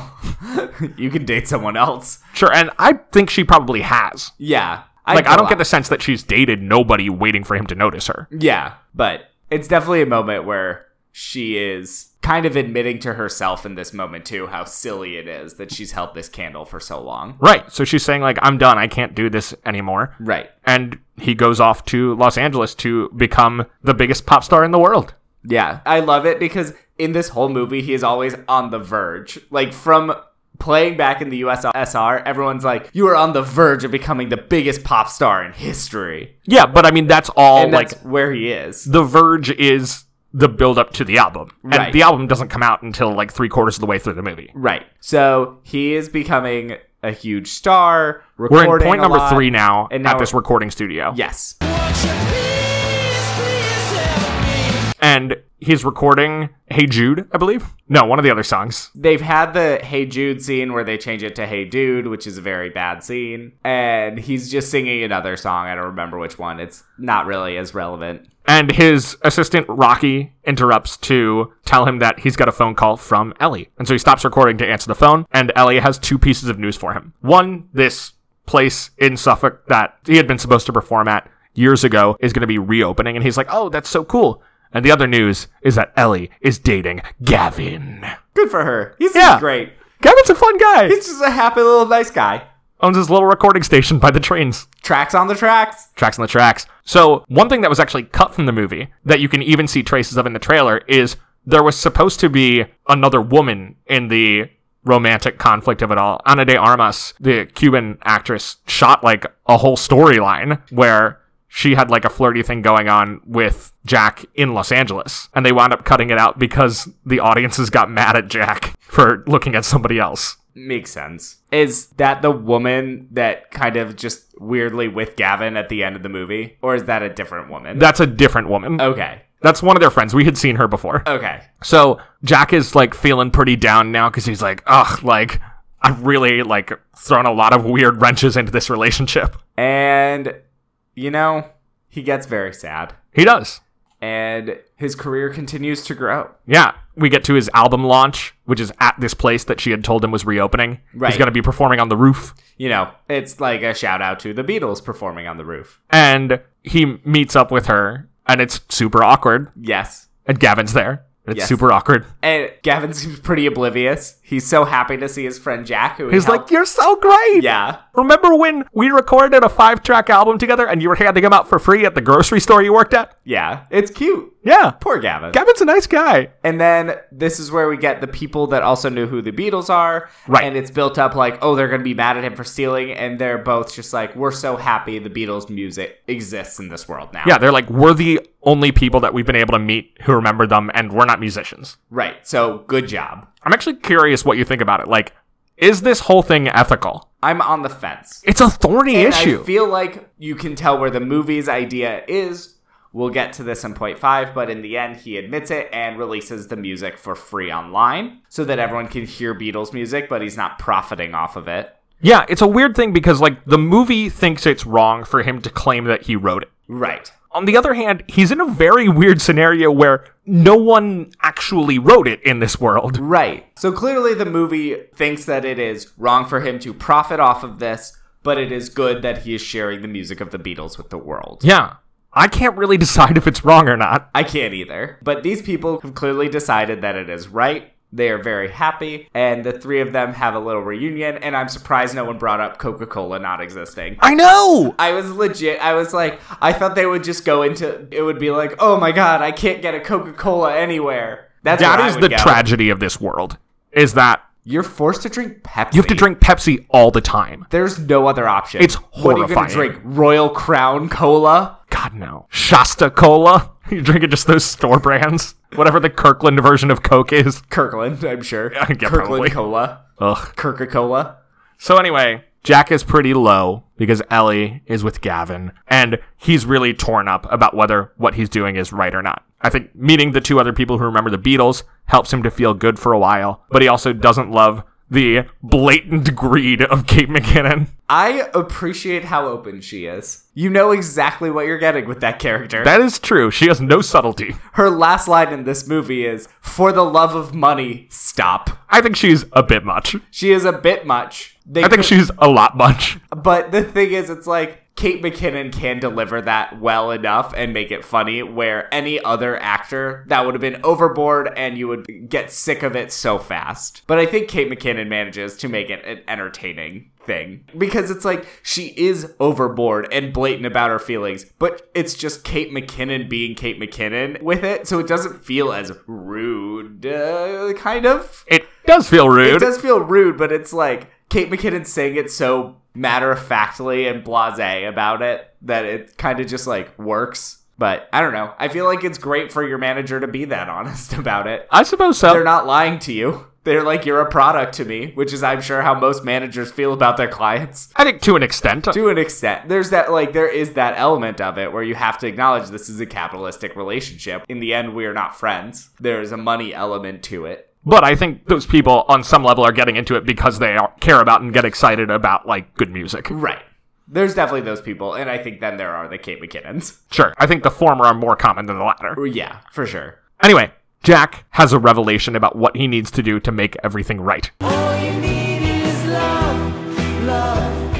you can date someone else. Sure. And I think she probably has. Yeah. like I don't get the. the sense that she's dated nobody waiting for him to notice her. Yeah, but it's definitely a moment where she is kind of admitting to herself in this moment too how silly it is that she's held this candle for so long. Right. So she's saying like I'm done. I can't do this anymore. Right. And he goes off to Los Angeles to become the biggest pop star in the world. Yeah. I love it because in this whole movie he is always on the verge. Like from playing back in the USSR, everyone's like you are on the verge of becoming the biggest pop star in history. Yeah, but I mean that's all And like that's where he is. the verge is the build up to the album. Right. Mm. And the album doesn't come out until like three quarters of the way through the movie. Right. So he is becoming a huge star. We're in recording point a number lot. three now, and now at this we're- recording studio. Yes. Won't you please, please help me? And he's recording Hey Jude, I believe. No, one of the other songs. They've had the Hey Jude scene where they change it to Hey Dude, which is a very bad scene. And he's just singing another song. I don't remember which one. It's not really as relevant. And his assistant Rocky interrupts to tell him that he's got a phone call from Ellie. And so he stops recording to answer the phone, and Ellie has two pieces of news for him. One, this place in Suffolk that he had been supposed to perform at years ago is going to be reopening, and he's like, oh, that's so cool. And the other news is that Ellie is dating Gavin. Good for her. He's Yeah. great. Gavin's a fun guy. He He's just a happy little nice guy. owns his little recording station by the trains. Tracks on the tracks. tracks on the tracks. So one thing that was actually cut from the movie that you can even see traces of in the trailer is there was supposed to be another woman in the romantic conflict of it all. Ana de Armas, the Cuban actress, shot like a whole storyline where she had like a flirty thing going on with Jack in Los Angeles. And they wound up cutting it out because the audiences got mad at Jack for looking at somebody else. Makes sense. Is that the woman that kind of just weirdly with Gavin at the end of the movie? Or is that a different woman? That's a different woman. okay. That's one of their friends. We had seen her before. Okay. So Jack is like feeling pretty down now because he's like, ugh, like I've really like thrown a lot of weird wrenches into this relationship. And, you know, he gets very sad. He does. And his career continues to grow. Yeah. We get to his album launch, which is at this place that she had told him was reopening. Right. He's going to be performing on the roof. You know, it's like a shout out to the Beatles performing on the roof. And he meets up with her, and it's super awkward. Yes. And Gavin's there. and It's Yes. super awkward. And Gavin seems pretty oblivious. He's so happy to see his friend Jack, who he He's like, helped- You're so great. yeah. Remember when we recorded a five track album together and you were handing them out for free at the grocery store you worked at? Yeah. It's cute. Yeah. Poor Gavin. Gavin's a nice guy. And then this is where we get the people that also knew who the Beatles are. Right. And it's built up like, oh, they're going to be mad at him for stealing. And they're both just like, we're so happy the Beatles music exists in this world now. Yeah, they're like, we're the only people that we've been able to meet who remember them, and we're not musicians. Right. So good job. I'm actually curious what you think about it. Like, is this whole thing ethical? I'm on the fence. It's a thorny And issue. I feel like you can tell where the movie's idea is. We'll get to this in point five, but in the end, he admits it and releases the music for free online so that everyone can hear Beatles music, but he's not profiting off of it. yeah, it's a weird thing because, like, the movie thinks it's wrong for him to claim that he wrote it. Right. On the other hand, he's in a very weird scenario where no one actually wrote it in this world. Right. So clearly, the movie thinks that it is wrong for him to profit off of this, but it is good that he is sharing the music of the Beatles with the world. Yeah. I can't really decide if it's wrong or not. I can't either. But these people have clearly decided that it is right. They are very happy, and the three of them have a little reunion, and I'm surprised no one brought up Coca Cola not existing. I know! I was legit. I was like, I thought they would just go into it, would be like, oh my god, I can't get a Coca Cola anywhere. That's That where I is would the go. tragedy of this world, is that You're forced to drink Pepsi. you have to drink Pepsi all the time. There's no other option. It's What are you horrifying. gonna drink? Royal Crown Cola? God no. Shasta Cola. You drinking just those store brands? Whatever the Kirkland version of Coke is. Kirkland, I'm sure. Yeah, Kirkland probably. Cola. Ugh. Coca Cola. So anyway, Jack is pretty low because Ellie is with Gavin, and he's really torn up about whether what he's doing is right or not. I think meeting the two other people who remember the Beatles helps him to feel good for a while, but he also doesn't love the blatant greed of Kate McKinnon. I appreciate how open she is. You know exactly what you're getting with that character. That is true. She has no subtlety. Her last line in this movie is For the love of money, stop. I think she's a bit much. She is a bit much. They I think could- she's a lot much. But the thing is, it's like Kate McKinnon can deliver that well enough and make it funny, where any other actor that would have been overboard and you would get sick of it so fast. But I think Kate McKinnon manages to make it an entertaining thing because it's like she is overboard and blatant about her feelings, but it's just Kate McKinnon being Kate McKinnon with it, so it doesn't feel as rude, uh, kind of. It does feel rude. It does feel rude, but it's like Kate McKinnon saying it so matter of factly and blase about it that it kind of just like works. But I don't know. I feel like it's great for your manager to be that honest about it. I suppose so. They're not lying to you. They're like, you're a product to me, which is, I'm sure, how most managers feel about their clients. I think to an extent. To an extent, there's that, like, there is that element of it where you have to acknowledge this is a capitalistic relationship. In the end, we are not friends. There is a money element to it. But I think those people on some level are getting into it because they are, care about and get excited about like good music. Right. There's definitely those people, and I think then there are the Kate McKinnons. Sure. I think the former are more common than the latter. Yeah, for sure. Anyway, Jack has a revelation about what he needs to do to make everything right. All you need is love, love,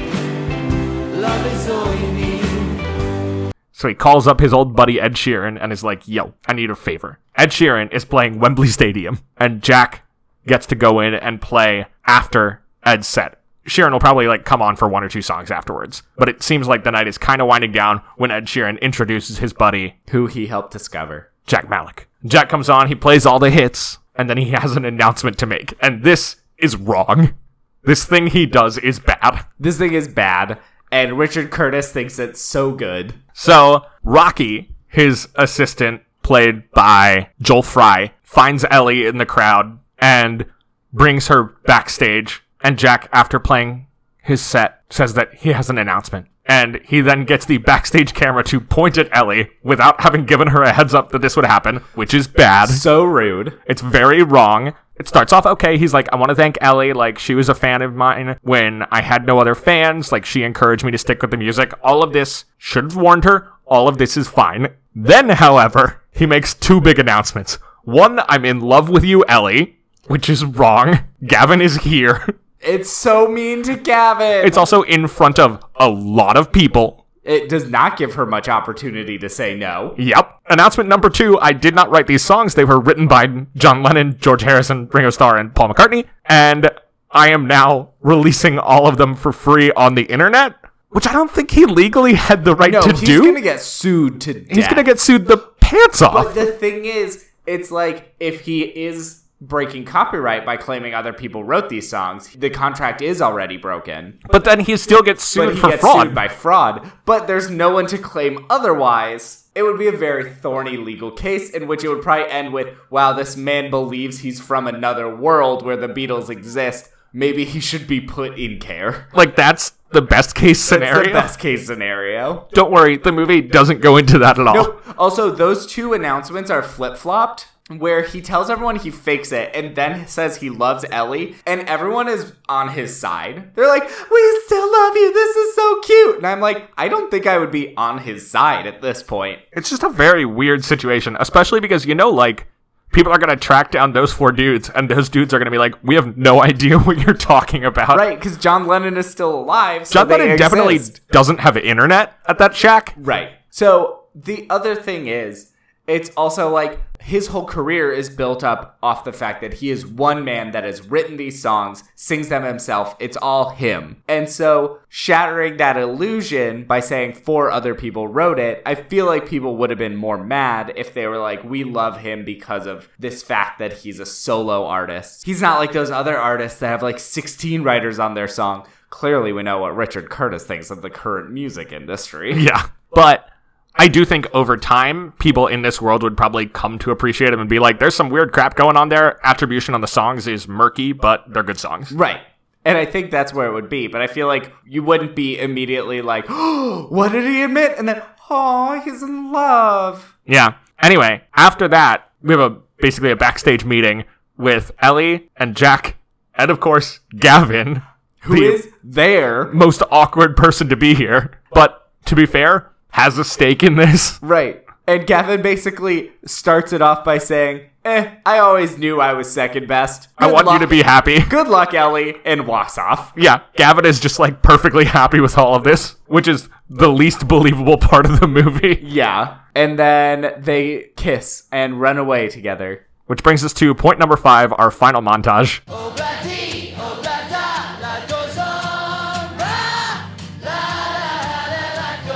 love is all you need. So he calls up his old buddy Ed Sheeran and is like, yo, I need a favor. Ed Sheeran is playing Wembley Stadium, and Jack gets to go in and play after Ed's set. Sheeran will probably like come on for one or two songs afterwards. But it seems like the night is kind of winding down when Ed Sheeran introduces his buddy, Who he helped discover. Jack Malik. Jack comes on, he plays all the hits, and then he has an announcement to make. And this is wrong. This thing he does is bad. This thing is bad, and Richard Curtis thinks it's so good. So Rocky, his assistant, played by Joel Fry, finds Ellie in the crowd and brings her backstage. And Jack, after playing his set, says that he has an announcement. And he then gets the backstage camera to point at Ellie without having given her a heads up that this would happen, which is bad. So rude. It's very wrong. It starts off okay. He's like, I want to thank Ellie. Like, she was a fan of mine when I had no other fans. Like, she encouraged me to stick with the music. All of this should have warned her. All of this is fine. Then, however, he makes two big announcements. One, I'm in love with you, Ellie, which is wrong. Gavin is here. It's so mean to Gavin. It's also in front of a lot of people. it does not give her much opportunity to say no. Yep. Announcement number two I did not write these songs. They were written by John Lennon, George Harrison, Ringo Starr, and Paul McCartney. And I am now releasing all of them for free on the internet, which I don't think he legally had the right No, to he's do. gonna get sued to death. he's going to get sued the pants off. But the thing is, it's like if he is breaking copyright by claiming other people wrote these songs, the contract is already broken. but then he still gets But sued he for gets fraud. sued by fraud. But there's no one to claim otherwise. It would be a very thorny legal case in which it would probably end with, "Wow, this man believes he's from another world where the Beatles exist. Maybe he should be put in care." like, that's the best case That's the scenario. best case scenario. Don't worry, the movie doesn't go into that at all. Nope. Also, those two announcements are flip flopped, where he tells everyone he fakes it and then says he loves Ellie, and everyone is on his side. They're like, We still love you. This is so cute. And I'm like, I don't think I would be on his side at this point. It's just a very weird situation, especially because you know, like, people are gonna track down those four dudes, and those dudes are gonna be like, "We have no idea what you're talking about." Right, because John Lennon is still alive. So John they Lennon definitely exist. doesn't have internet at that shack. Right. So the other thing is, it's also like his whole career is built up off the fact that he is one man that has written these songs, sings them himself. It's all him. And so shattering that illusion by saying four other people wrote it, I feel like people would have been more mad if they were like, we love him because of this fact that he's a solo artist. He's not like those other artists that have like 16 writers on their song. Clearly, we know what Richard Curtis thinks of the current music industry. Yeah, but I do think over time, people in this world would probably come to appreciate him and be like, "There's some weird crap going on there." Attribution on the songs is murky, but they're good songs. Right. And I think that's where it would be. But I feel like you wouldn't be immediately like, oh, what did he admit? And then, oh, he's in love. Yeah. Anyway, after that, we have a basically a backstage meeting with Ellie and Jack, and of course Gavin, Who is there? most awkward person to be here. But to be fair, has a stake in this. Right. And Gavin basically starts it off by saying, eh, I always knew I was second best. I Good want you luck- to be happy. Good luck, Ellie. And walks off. Yeah, Gavin is just like perfectly happy with all of this, which is the least believable part of the movie. Yeah. And then they kiss and run away together. Which brings us to point number five, our final montage. Oh, Betty, oh, Betta, life goes on. Ra,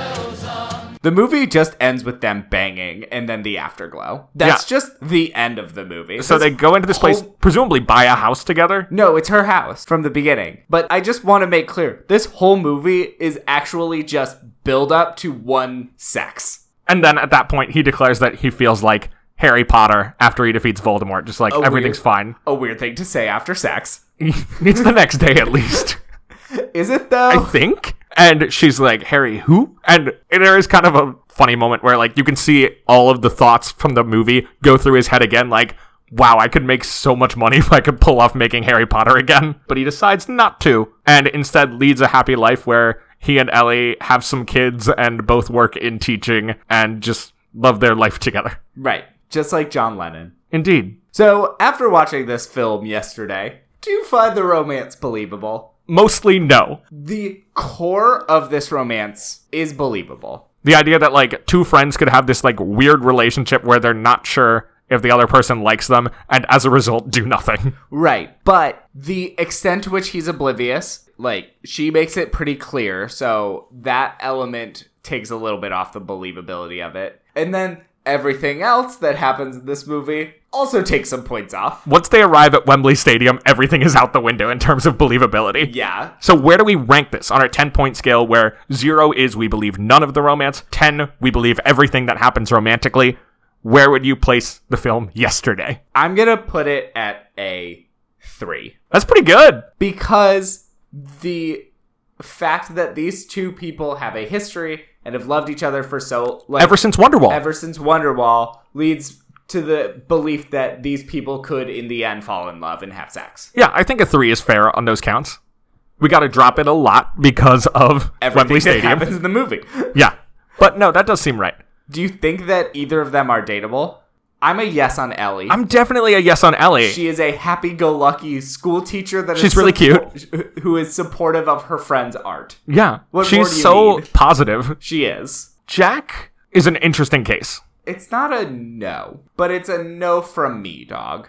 la, la, la, la, life goes on. The movie just ends with them banging and then the afterglow. That's Yeah. just the end of the movie. So they go into this place, whole- presumably buy a house together. No, it's her house from the beginning. But I just want to make clear this whole movie is actually just build up to one sex. And then at that point, he declares that he feels like Harry Potter after he defeats Voldemort. Just like Oh, everything's weird. fine. A weird thing to say after sex. it's the next day at least. Is it though? I think. And she's like, Harry, who? And there is kind of a funny moment where, like, you can see all of the thoughts from the movie go through his head again, like, wow, I could make so much money if I could pull off making Harry Potter again. But he decides not to, and instead leads a happy life where he and Ellie have some kids and both work in teaching and just love their life together. right. Just like John Lennon. Indeed. So after watching this film yesterday, do you find the romance believable? Mostly no. The core of this romance is believable. the idea that like two friends could have this like weird relationship where they're not sure if the other person likes them and as a result do nothing Right. But the extent to which he's oblivious, like, she makes it pretty clear. So that element takes a little bit off the believability of it. And then everything else that happens in this movie also takes some points off. once they arrive at wembley stadium everything is out the window in terms of believability Yeah. so where do we rank this on our 10 point scale where 0 is we believe none of the romance 10 we believe everything that happens romantically where would you place the film yesterday I'm going to put it at a three that's pretty good because the fact that these two people have a history and have loved each other for so like ever since wonderwall ever since Wonderwall leads to the belief that these people could, in the end, fall in love and have sex. yeah i think a 3 is fair on those counts we got to drop it a lot because of Everything wembley that stadium happens in the movie. Yeah. But no, that does seem right. Do you think that either of them are dateable? I'm a yes on Ellie. I'm definitely a yes on Ellie. she is a happy-go-lucky school teacher that is She's really cute, who is supportive of her friend's art. yeah. What more She's do you so need? positive. She is. Jack is an interesting case. It's not a no, but it's a no from me, dog.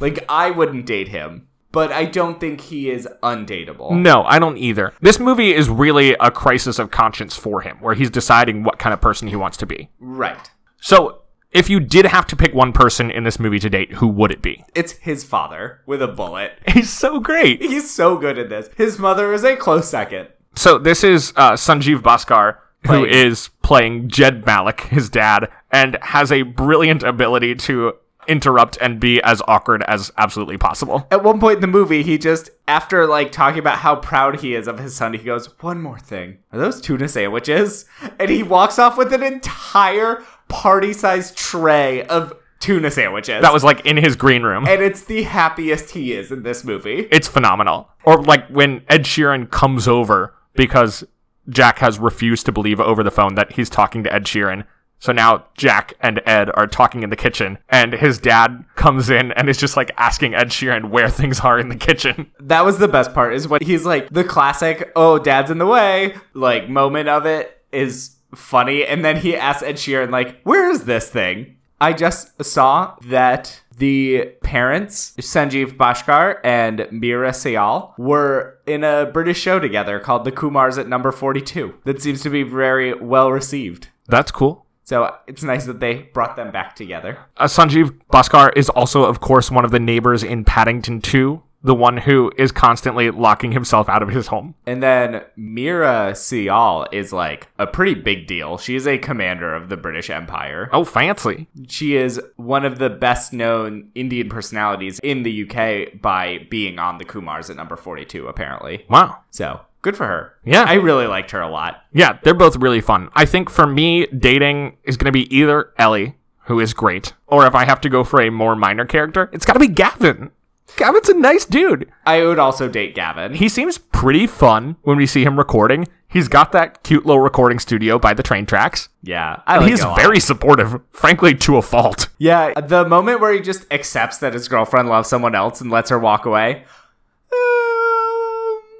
Like I wouldn't date him, but I don't think he is undateable. No, I don't either. This movie is really a crisis of conscience for him, where he's deciding what kind of person he wants to be. Right. So, if you did have to pick one person in this movie to date, who would it be? It's his father with a bullet. He's so great. He's so good at this. His mother is a close second. So this is uh, Sanjeev Bhaskar, who Playing- is playing Jed Malik, his dad, and has a brilliant ability to interrupt and be as awkward as absolutely possible. At one point in the movie, he just, after like talking about how proud he is of his son, he goes, One more thing. Are those tuna sandwiches? And he walks off with an entire party sized tray of tuna sandwiches. That was like in his green room. and it's the happiest he is in this movie. It's phenomenal. Or like when Ed Sheeran comes over because Jack has refused to believe over the phone that he's talking to Ed Sheeran. So now Jack and Ed are talking in the kitchen, and his dad comes in and is just like asking Ed Sheeran where things are in the kitchen. That was the best part, is when he's like the classic, oh, dad's in the way, like moment of it is funny. And then he asks Ed Sheeran, like, where is this thing? I just saw that the parents, Sanjeev Bashkar and Mira Sayal, were in a British show together called The Kumars at Number 42. That seems to be very well received. That's cool. So it's nice that they brought them back together. Uh, Sanjeev Bhaskar is also, of course, one of the neighbors in Paddington 2, the one who is constantly locking himself out of his home. And then Mira Sial is like a pretty big deal. She is a commander of the British Empire. Oh, fancy. She is one of the best known Indian personalities in the UK by being on the Kumars at number 42, apparently. Wow. So good for her. Yeah. I really liked her a lot. Yeah, they're both really fun. I think for me, dating is going to be either Ellie, who is great, or if I have to go for a more minor character, it's got to be Gavin. Gavin's a nice dude. I would also date Gavin. He seems pretty fun when we see him recording. He's got that cute little recording studio by the train tracks. yeah. I like He's him a lot. very supportive, frankly, to a fault. Yeah. The moment where he just accepts that his girlfriend loves someone else and lets her walk away.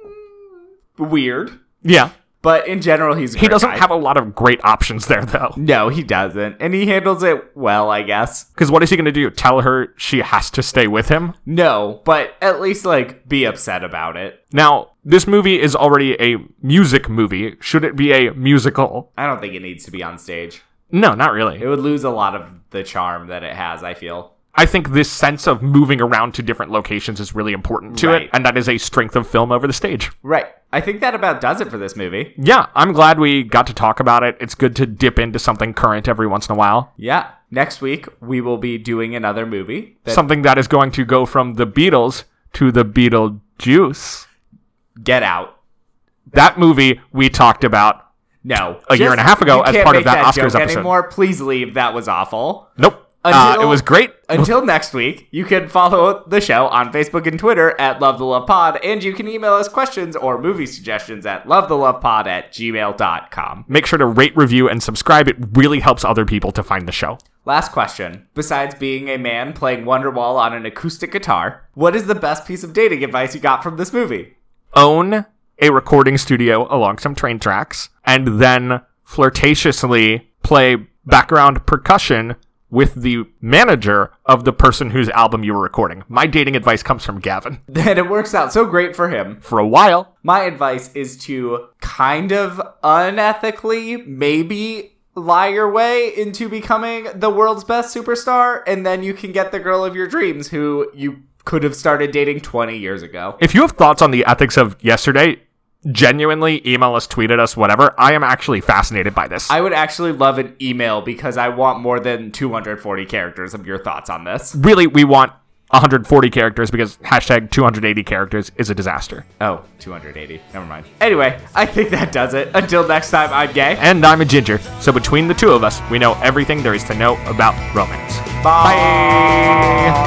um, weird. Yeah. But in general, he's a He great doesn't guy. have a lot of great options there, though. No, he doesn't. And he handles it well, I guess. Because what is he going to do? Tell her she has to stay with him? No, but at least, like, be upset about it. Now, this movie is already a music movie. Should it be a musical? I don't think it needs to be on stage. No, not really. It would lose a lot of the charm that it has, I feel. I think this sense of moving around to different locations is really important to Right. it, and that is a strength of film over the stage. Right. I think that about does it for this movie. Yeah, I'm glad we got to talk about it. It's good to dip into something current every once in a while. Yeah. Next week we will be doing another movie. That Something that is going to go from the Beatles to the Beetlejuice. Get Out. That movie we talked about. No. A year and a half ago you as can't part of make that Oscars joke episode. Anymore. Please leave. That was awful. Nope. Uh, Until- it was great. Until next week, you can follow the show on Facebook and Twitter at Love the Love Pod, and you can email us questions or movie suggestions at lovetheluvepod at gmail.com. Make sure to rate, review, and subscribe. It really helps other people to find the show. Last question. Besides being a man playing Wonderwall on an acoustic guitar, what is the best piece of dating advice you got from this movie? Own a recording studio along some train tracks and then flirtatiously play background percussion with the manager of the person whose album you were recording. My dating advice comes from Gavin. Then it works out so great for him. For a while, My advice is to kind of unethically, maybe lie your way into becoming the world's best superstar, and then you can get the girl of your dreams who you could have started dating 20 years ago. if you have thoughts on the ethics of yesterday, genuinely email us, tweet at us, whatever. I am actually fascinated by this. I would actually love an email because I want more than 240 characters of your thoughts on this. really, we want 140 characters because hashtag 280 characters is a disaster. Oh, 280. Never mind. Anyway, I think that does it. Until next time, I'm gay. And I'm a ginger, so between the two of us, we know everything there is to know about romance. Bye.